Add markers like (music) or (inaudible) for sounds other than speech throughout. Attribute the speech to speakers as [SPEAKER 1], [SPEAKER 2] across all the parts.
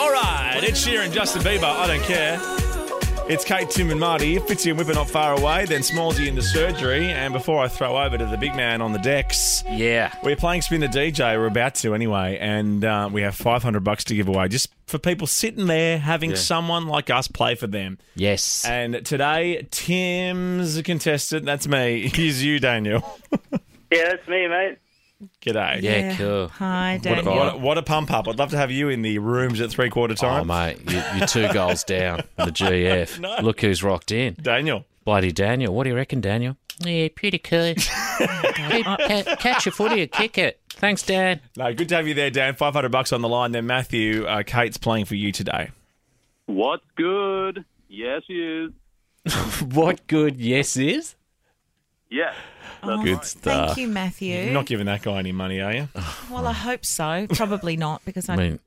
[SPEAKER 1] right, Ed Sheeran, Justin Bieber, I don't care. It's Kate, Tim, and Marty. Fitzy and Whipper not far away, then Smallsy into surgery. And before I throw over to the big man on the decks,
[SPEAKER 2] Yeah.
[SPEAKER 1] we're playing Spin the DJ. We're about to anyway. And uh, we have 500 bucks to give away just for people sitting there having someone like us play for them.
[SPEAKER 2] Yes.
[SPEAKER 1] And today, Tim's contestant, that's me, (laughs) is you, Daniel.
[SPEAKER 3] Yeah, that's me, mate.
[SPEAKER 1] G'day.
[SPEAKER 2] yeah, cool.
[SPEAKER 4] Hi,
[SPEAKER 1] What a,
[SPEAKER 4] Daniel.
[SPEAKER 1] what, a, what a pump up. I'd love to have you in the rooms at three quarter
[SPEAKER 2] Oh,
[SPEAKER 1] time.
[SPEAKER 2] mate, you, you're two goals down
[SPEAKER 1] (laughs)
[SPEAKER 2] in the GF. Look who's rocked in.
[SPEAKER 1] Daniel.
[SPEAKER 2] Bloody Daniel. What do you reckon, Daniel? Yeah,
[SPEAKER 1] (laughs)
[SPEAKER 2] pretty cool. Oh, catch a footy or kick it. Thanks, Dad.
[SPEAKER 1] No, good to have you there, Dan. 500 bucks on the line. Then, Matthew, uh, Kate's playing for you today.
[SPEAKER 3] What's good? Yes, she is.
[SPEAKER 2] What good yes is?
[SPEAKER 3] Yeah.
[SPEAKER 4] Oh,
[SPEAKER 2] Good stuff.
[SPEAKER 4] Thank you, Matthew.
[SPEAKER 1] You're not giving that guy any money, are
[SPEAKER 2] (laughs)
[SPEAKER 1] you?
[SPEAKER 4] well, I hope so. Probably not because
[SPEAKER 2] I
[SPEAKER 4] I
[SPEAKER 2] mean,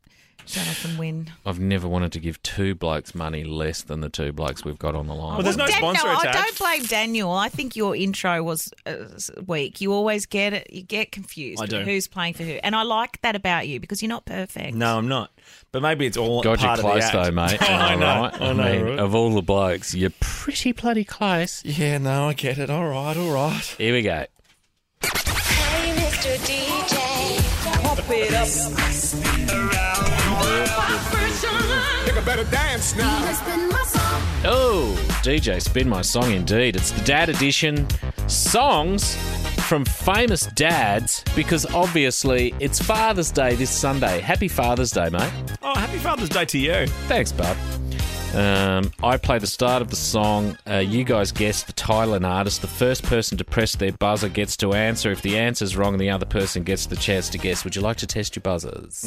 [SPEAKER 4] don't often win.
[SPEAKER 2] I've never wanted to give two blokes money less than the two blokes we've got on the line.
[SPEAKER 1] Well, there's no
[SPEAKER 4] Dan-
[SPEAKER 1] sponsor
[SPEAKER 4] no, I
[SPEAKER 1] attached.
[SPEAKER 4] don't blame Daniel. I think your intro was uh, weak. You always get it. You get confused.
[SPEAKER 1] I do.
[SPEAKER 4] Who's playing for who? And I like that about you because you're not perfect.
[SPEAKER 1] No, I'm not. But maybe it's all
[SPEAKER 2] God, you're
[SPEAKER 1] part of the
[SPEAKER 2] close
[SPEAKER 1] act. (laughs)
[SPEAKER 2] though, mate. Am
[SPEAKER 1] I know.
[SPEAKER 2] right?
[SPEAKER 1] I know.
[SPEAKER 2] mean, oh.
[SPEAKER 1] right?
[SPEAKER 2] of all the blokes, you're pretty bloody close.
[SPEAKER 1] Yeah, no, I get it. All right, all right.
[SPEAKER 2] Here we go.
[SPEAKER 5] Hey, Mr. DJ.
[SPEAKER 2] Oh, DJ Spin My Song indeed. It's the Dad Edition. Songs from famous dads because obviously it's Father's Day this Sunday. Happy Father's Day, mate.
[SPEAKER 1] (laughs) Oh, happy Father's Day to you.
[SPEAKER 2] Thanks, bub. Um, I play the start of the song. Uh, you guys guess the title and artist. The first person to press their buzzer gets to answer. If the answer's wrong, the other person gets the chance to guess. Would you like to test your buzzers?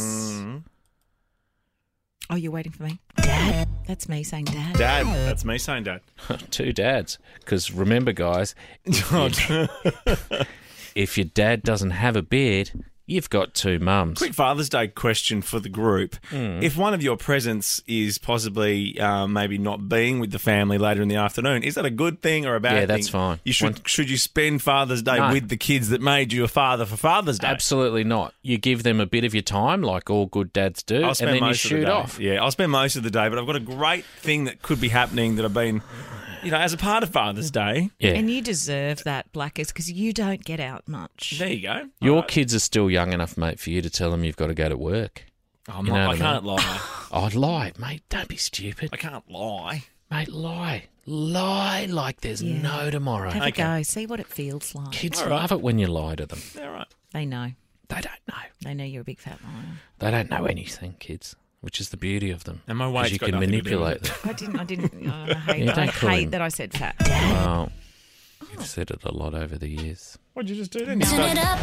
[SPEAKER 4] Oh, you're waiting for me. Dad. That's me saying dad.
[SPEAKER 1] Dad. That's me saying (laughs) dad.
[SPEAKER 2] Two dads. Because remember, guys,
[SPEAKER 1] Oh,
[SPEAKER 2] if your dad doesn't have a beard, you've got two
[SPEAKER 1] (laughs)
[SPEAKER 2] mums.
[SPEAKER 1] Quick Father's Day question for the group.
[SPEAKER 2] Hmm.
[SPEAKER 1] If one of your presents is possibly uh, maybe not being with the family later in the afternoon, is that a good thing or a bad
[SPEAKER 2] Yeah,
[SPEAKER 1] thing?
[SPEAKER 2] that's fine.
[SPEAKER 1] You should
[SPEAKER 2] One-
[SPEAKER 1] should you spend Father's Day
[SPEAKER 2] No.
[SPEAKER 1] with the kids that made you a father for Father's Day?
[SPEAKER 2] Absolutely not. You give them a bit of your time, like all good dads do,
[SPEAKER 1] I'll
[SPEAKER 2] and
[SPEAKER 1] spend
[SPEAKER 2] then you
[SPEAKER 1] most of
[SPEAKER 2] shoot
[SPEAKER 1] the day.
[SPEAKER 2] off.
[SPEAKER 1] Yeah, I'll spend most of the day, but I've got a great thing that could be happening that I've been, you know, as a part of Father's Day.
[SPEAKER 2] Yeah.
[SPEAKER 4] And you deserve that, Blackers, because you don't get out much.
[SPEAKER 1] There you go.
[SPEAKER 2] Your kids are still young enough, mate, for you to tell them you've got to go to work.
[SPEAKER 1] Oh, I'm
[SPEAKER 2] You
[SPEAKER 1] not-
[SPEAKER 2] know
[SPEAKER 1] I
[SPEAKER 2] what I
[SPEAKER 1] can't lie.
[SPEAKER 2] I'd lie, mate. Don't be stupid.
[SPEAKER 1] I can't lie.
[SPEAKER 2] Mate, lie. Lie like there's
[SPEAKER 4] Yeah.
[SPEAKER 2] no tomorrow.
[SPEAKER 4] Have
[SPEAKER 1] Okay.
[SPEAKER 4] a go. See what it feels like.
[SPEAKER 2] Kids love it when you lie to them.
[SPEAKER 1] All right.
[SPEAKER 4] They know.
[SPEAKER 2] They don't know.
[SPEAKER 4] They know you're a big fat liar.
[SPEAKER 2] They don't know anything, kids, which is the beauty of them.
[SPEAKER 1] And my
[SPEAKER 2] 'Cause
[SPEAKER 1] weight's
[SPEAKER 2] You
[SPEAKER 1] got
[SPEAKER 2] can
[SPEAKER 1] nothing to do with
[SPEAKER 2] manipulate
[SPEAKER 1] it.
[SPEAKER 2] them.
[SPEAKER 4] I didn't. I didn't. uh, I hate,
[SPEAKER 2] Yeah,
[SPEAKER 4] I
[SPEAKER 2] don't call
[SPEAKER 4] hate
[SPEAKER 2] him.
[SPEAKER 4] that I said fat.
[SPEAKER 2] Well, you've said it a lot over the years.
[SPEAKER 1] What'd you just do then?
[SPEAKER 5] Turn it up.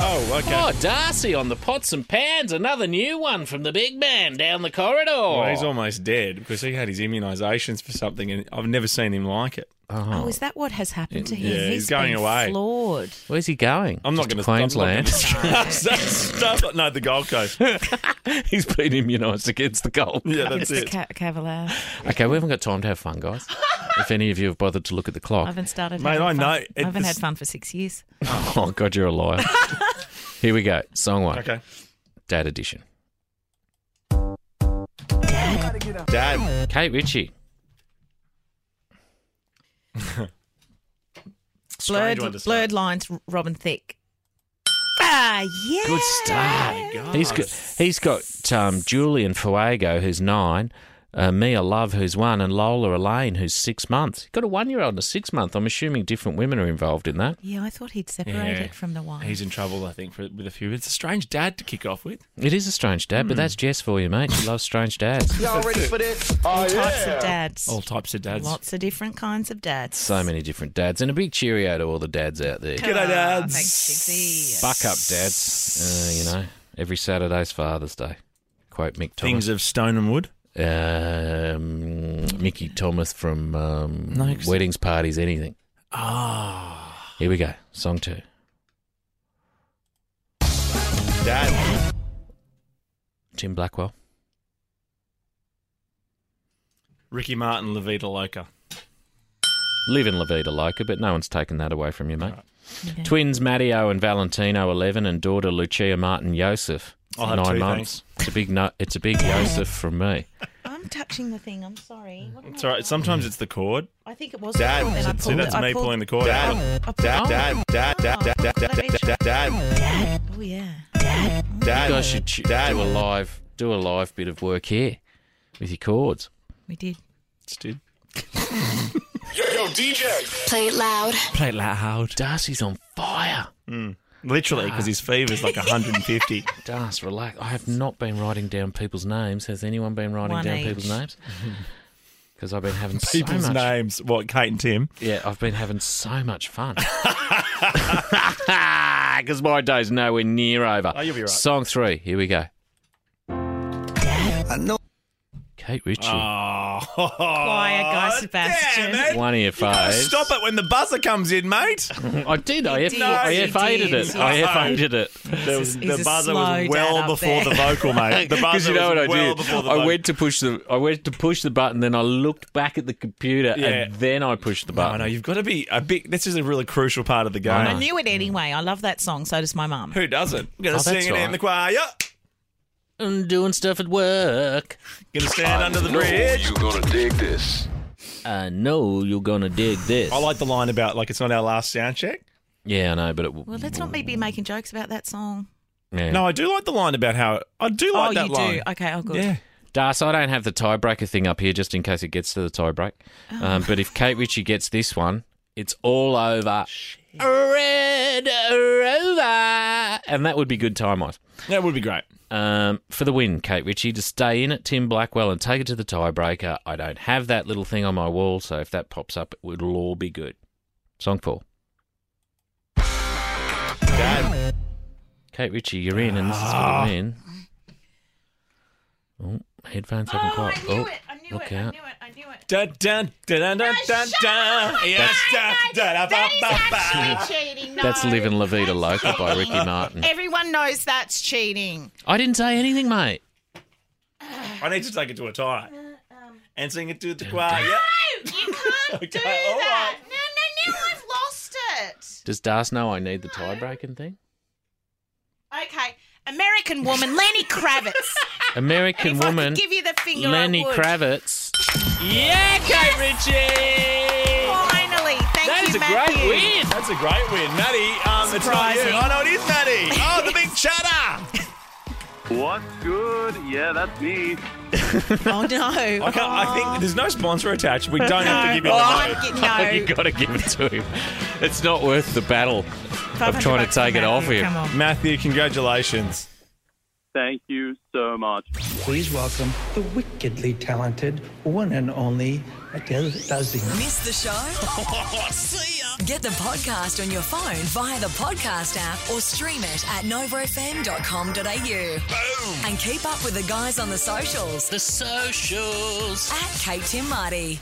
[SPEAKER 1] Oh, okay.
[SPEAKER 2] Oh, Darcy on the pots and pans. Another new one from the big man down the corridor.
[SPEAKER 1] Well, he's almost dead because he had his immunisations for something, and I've never seen him like it.
[SPEAKER 4] Oh, is that what has happened to him?
[SPEAKER 1] Yeah, he's going
[SPEAKER 4] been
[SPEAKER 1] away.
[SPEAKER 4] Flawed.
[SPEAKER 2] Where's he going?
[SPEAKER 1] I'm not
[SPEAKER 2] Just
[SPEAKER 1] going to
[SPEAKER 2] Queensland.
[SPEAKER 1] (laughs) Stop. No, the Gold
[SPEAKER 2] (laughs)
[SPEAKER 1] Coast.
[SPEAKER 2] he's been immunised against the cold.
[SPEAKER 1] Yeah, that's
[SPEAKER 4] It's the
[SPEAKER 1] it.
[SPEAKER 4] ca- Cavalier.
[SPEAKER 2] Okay, we haven't got time to have fun, guys.
[SPEAKER 1] (laughs)
[SPEAKER 2] if any of you have bothered to look at the
[SPEAKER 4] I
[SPEAKER 2] clock,
[SPEAKER 4] haven't started.
[SPEAKER 1] Mate,
[SPEAKER 4] having
[SPEAKER 1] I
[SPEAKER 4] fun.
[SPEAKER 1] know. It-
[SPEAKER 4] I haven't
[SPEAKER 1] this-
[SPEAKER 4] had fun for six years.
[SPEAKER 2] oh god, you're
[SPEAKER 1] (laughs)
[SPEAKER 2] a liar. Here we go. Song one,
[SPEAKER 1] Okay.
[SPEAKER 2] Dad Edition.
[SPEAKER 1] Dad.
[SPEAKER 2] Kate Ritchie.
[SPEAKER 1] Strange
[SPEAKER 4] Blurred,
[SPEAKER 1] one to say.
[SPEAKER 4] blurred lines. Robin Thicke. Ah, yeah.
[SPEAKER 2] Good start. He's got he's got um, Julian Fuego, who's nine, uh, Mia Love, who's one, and Lola Elaine, who's six months. He's got a one year old and a six month. I'm assuming different women are involved in that.
[SPEAKER 4] Yeah, I thought he'd separate
[SPEAKER 1] Yeah.
[SPEAKER 4] it from the wife.
[SPEAKER 1] He's in trouble, I think, for, with a few. It's a strange dad to kick off with.
[SPEAKER 2] It is a strange dad, but
[SPEAKER 1] Hmm.
[SPEAKER 2] that's Jess for you, mate. She loves strange dads.
[SPEAKER 4] All types of dads.
[SPEAKER 1] All types of dads.
[SPEAKER 4] Lots of different kinds of dads.
[SPEAKER 2] So many different dads, and a big cheerio to all the dads out there.
[SPEAKER 1] G'day,
[SPEAKER 4] Ah,
[SPEAKER 1] dads.
[SPEAKER 4] Thanks, Dixie.
[SPEAKER 2] Buck up, dads. Uh, you know, every Saturday's Father's Day. Quote Mick Thomas.
[SPEAKER 1] Things of stone and wood.
[SPEAKER 2] um, Mickey Thomas from um,
[SPEAKER 1] No, 'cause-
[SPEAKER 2] Weddings, Parties, Anything.
[SPEAKER 1] Ah.
[SPEAKER 2] Here we go. Song two.
[SPEAKER 1] Dad.
[SPEAKER 2] Tim Blackwell.
[SPEAKER 1] Ricky Martin, La Vida Loca.
[SPEAKER 2] Live in La Vida Loca, but no one's taken that away from you, mate. Twins Matteo and Valentino, 11, and daughter Lucia Martin Yosef,
[SPEAKER 1] I'll have
[SPEAKER 2] nine
[SPEAKER 1] two,
[SPEAKER 2] months. It's a big no- It's a big Yosef from me.
[SPEAKER 4] I'm touching the thing. I'm sorry. What am
[SPEAKER 1] It's
[SPEAKER 4] I
[SPEAKER 1] all right.
[SPEAKER 4] doing?
[SPEAKER 1] Sometimes it's the cord.
[SPEAKER 4] I think it was.
[SPEAKER 1] Dad,
[SPEAKER 4] and I
[SPEAKER 1] see,
[SPEAKER 4] pulled
[SPEAKER 1] that's
[SPEAKER 4] it- I
[SPEAKER 1] me
[SPEAKER 4] pulled-
[SPEAKER 1] pulling the cord
[SPEAKER 4] Dad,
[SPEAKER 1] out.
[SPEAKER 4] I pulled-
[SPEAKER 1] Dad,
[SPEAKER 4] oh.
[SPEAKER 1] dad, dad, dad, dad, dad,
[SPEAKER 4] Let me
[SPEAKER 1] dad, dad,
[SPEAKER 4] check.
[SPEAKER 1] dad,
[SPEAKER 4] Dad. Oh yeah.
[SPEAKER 2] You guys
[SPEAKER 1] dad.
[SPEAKER 2] should ch- do a live, do a live bit of work here with your chords.
[SPEAKER 4] We did.
[SPEAKER 1] Dude.
[SPEAKER 5] Play it loud.
[SPEAKER 2] Play it loud. Darcy's on fire.
[SPEAKER 1] Literally, because his fever's
[SPEAKER 4] (laughs)
[SPEAKER 1] like 150.
[SPEAKER 2] Darcy, relax. I have not been writing down people's names. Has anyone been writing
[SPEAKER 4] One
[SPEAKER 2] down
[SPEAKER 4] each.
[SPEAKER 2] people's
[SPEAKER 1] (laughs)
[SPEAKER 2] names? Because I've been having
[SPEAKER 1] People's
[SPEAKER 2] so much.
[SPEAKER 1] names. What, Kate and Tim?
[SPEAKER 2] Yeah, I've been having so much
[SPEAKER 1] (laughs)
[SPEAKER 2] fun. (laughs) Because my day's nowhere near over.
[SPEAKER 1] Oh, you'll be right.
[SPEAKER 2] Song three, here we go.
[SPEAKER 6] I know
[SPEAKER 2] Kate Ritchie,
[SPEAKER 1] Oh,
[SPEAKER 4] Choir guy Sebastian.
[SPEAKER 1] Damn, mate.
[SPEAKER 2] one of your
[SPEAKER 1] Oh,
[SPEAKER 2] faves.
[SPEAKER 1] Stop it when the buzzer comes in, mate.
[SPEAKER 2] I did. I
[SPEAKER 4] You
[SPEAKER 2] F-
[SPEAKER 4] did.
[SPEAKER 2] I
[SPEAKER 4] You
[SPEAKER 2] F8'd
[SPEAKER 4] did.
[SPEAKER 2] it. I F8'd it.
[SPEAKER 1] (laughs) There was,
[SPEAKER 4] he's
[SPEAKER 1] the
[SPEAKER 4] a
[SPEAKER 1] buzzer
[SPEAKER 4] slow
[SPEAKER 1] was
[SPEAKER 4] dad
[SPEAKER 1] well
[SPEAKER 4] up
[SPEAKER 1] before
[SPEAKER 4] there.
[SPEAKER 1] the vocal,
[SPEAKER 4] (laughs)
[SPEAKER 1] mate. The
[SPEAKER 2] Because
[SPEAKER 1] buzzer
[SPEAKER 2] you know
[SPEAKER 1] was
[SPEAKER 2] what I
[SPEAKER 1] well
[SPEAKER 2] did?
[SPEAKER 1] before the
[SPEAKER 2] I
[SPEAKER 1] vocal.
[SPEAKER 2] went to push the I went to push the button, then I looked back at the computer, and
[SPEAKER 1] Yeah.
[SPEAKER 2] then I pushed the
[SPEAKER 1] I
[SPEAKER 2] button.
[SPEAKER 1] know you've got to be a big. This is a really crucial part of the game.
[SPEAKER 4] I knew it anyway. I love that song. So does my mum.
[SPEAKER 1] Who doesn't? I'm gonna
[SPEAKER 2] Oh,
[SPEAKER 1] sing
[SPEAKER 2] that's
[SPEAKER 1] it in
[SPEAKER 2] right.
[SPEAKER 1] the choir.
[SPEAKER 2] I'm doing stuff at work.
[SPEAKER 1] Gonna stand under the bridge.
[SPEAKER 2] I know you're gonna dig this.
[SPEAKER 1] I like the line about like it's not our last sound check.
[SPEAKER 2] yeah, I know, but it. w-
[SPEAKER 4] Well, let's not be making jokes about that song.
[SPEAKER 2] yeah.
[SPEAKER 1] No, I do like the line about how I do like
[SPEAKER 4] oh,
[SPEAKER 1] that
[SPEAKER 4] you
[SPEAKER 1] line.
[SPEAKER 4] do. Okay. Oh, good.
[SPEAKER 1] Yeah.
[SPEAKER 2] Das, I don't have the tiebreaker thing up here just in case it gets to the tiebreak. Um, but if Kate Ritchie gets this one, it's all over. Red Rover. And that would be good time wise.
[SPEAKER 1] That would be great.
[SPEAKER 2] Um, for the win, Kate Ritchie, to stay in at Tim Blackwell and take it to the tiebreaker. I don't have that little thing on my wall, so if that pops up, it'll all be good. Song four.
[SPEAKER 1] Dad.
[SPEAKER 2] Kate Ritchie, you're in, and this is for the win. Oh, headphones haven't quite. oh, look out.
[SPEAKER 4] it. I knew it.
[SPEAKER 1] Dun, dun, dun, dun, dun, dun, dun. Yes, dun, dun, da, ba, ba, ba.
[SPEAKER 4] cheating.
[SPEAKER 2] That's
[SPEAKER 4] no.
[SPEAKER 2] Living La Vida Loca by Ricky Martin.
[SPEAKER 4] Everyone knows that's cheating.
[SPEAKER 2] I didn't say anything, mate.
[SPEAKER 1] I need to take it to a tie. And sing it to the choir.
[SPEAKER 4] No,
[SPEAKER 1] (laughs)
[SPEAKER 4] you can't
[SPEAKER 1] do all that. right.
[SPEAKER 4] No, no, no. I've lost it.
[SPEAKER 2] Does Das know I need the tie-breaking thing?
[SPEAKER 4] Okay. American woman Lenny Kravitz.
[SPEAKER 2] American
[SPEAKER 4] if I
[SPEAKER 2] woman,
[SPEAKER 4] could give you the finger,
[SPEAKER 2] Lenny
[SPEAKER 4] I would.
[SPEAKER 2] Kravitz. Yeah, Kate Ritchie.
[SPEAKER 4] Finally, thank
[SPEAKER 2] That
[SPEAKER 4] you,
[SPEAKER 2] is a
[SPEAKER 4] Matthew.
[SPEAKER 2] great win.
[SPEAKER 1] That's a great win. Maddie, um, it's not you.
[SPEAKER 4] Surprising.
[SPEAKER 1] I know it is Maddie. Oh, the big chatter.
[SPEAKER 3] What's good? Yeah, that's me.
[SPEAKER 4] Oh no!
[SPEAKER 1] I, can't, I think there's no sponsor attached. We don't have to give you the money.
[SPEAKER 4] Oh,
[SPEAKER 2] Oh, you
[SPEAKER 4] (laughs) no.
[SPEAKER 2] got to give it to him. It's not worth the battle of
[SPEAKER 4] 500
[SPEAKER 2] trying to
[SPEAKER 4] bucks on
[SPEAKER 2] take it
[SPEAKER 4] that.
[SPEAKER 2] off
[SPEAKER 4] Here,
[SPEAKER 2] him.
[SPEAKER 4] Come on.
[SPEAKER 1] Matthew, congratulations.
[SPEAKER 3] Thank you so much.
[SPEAKER 7] Please welcome the wickedly talented one and only Adele Dazeem.
[SPEAKER 8] Miss the (laughs) show? See ya. Get the podcast on your phone via the podcast app or stream it at novofm.com.au. Boom! And keep up with the guys on the socials
[SPEAKER 2] The socials.
[SPEAKER 8] at Kate Tim Marty.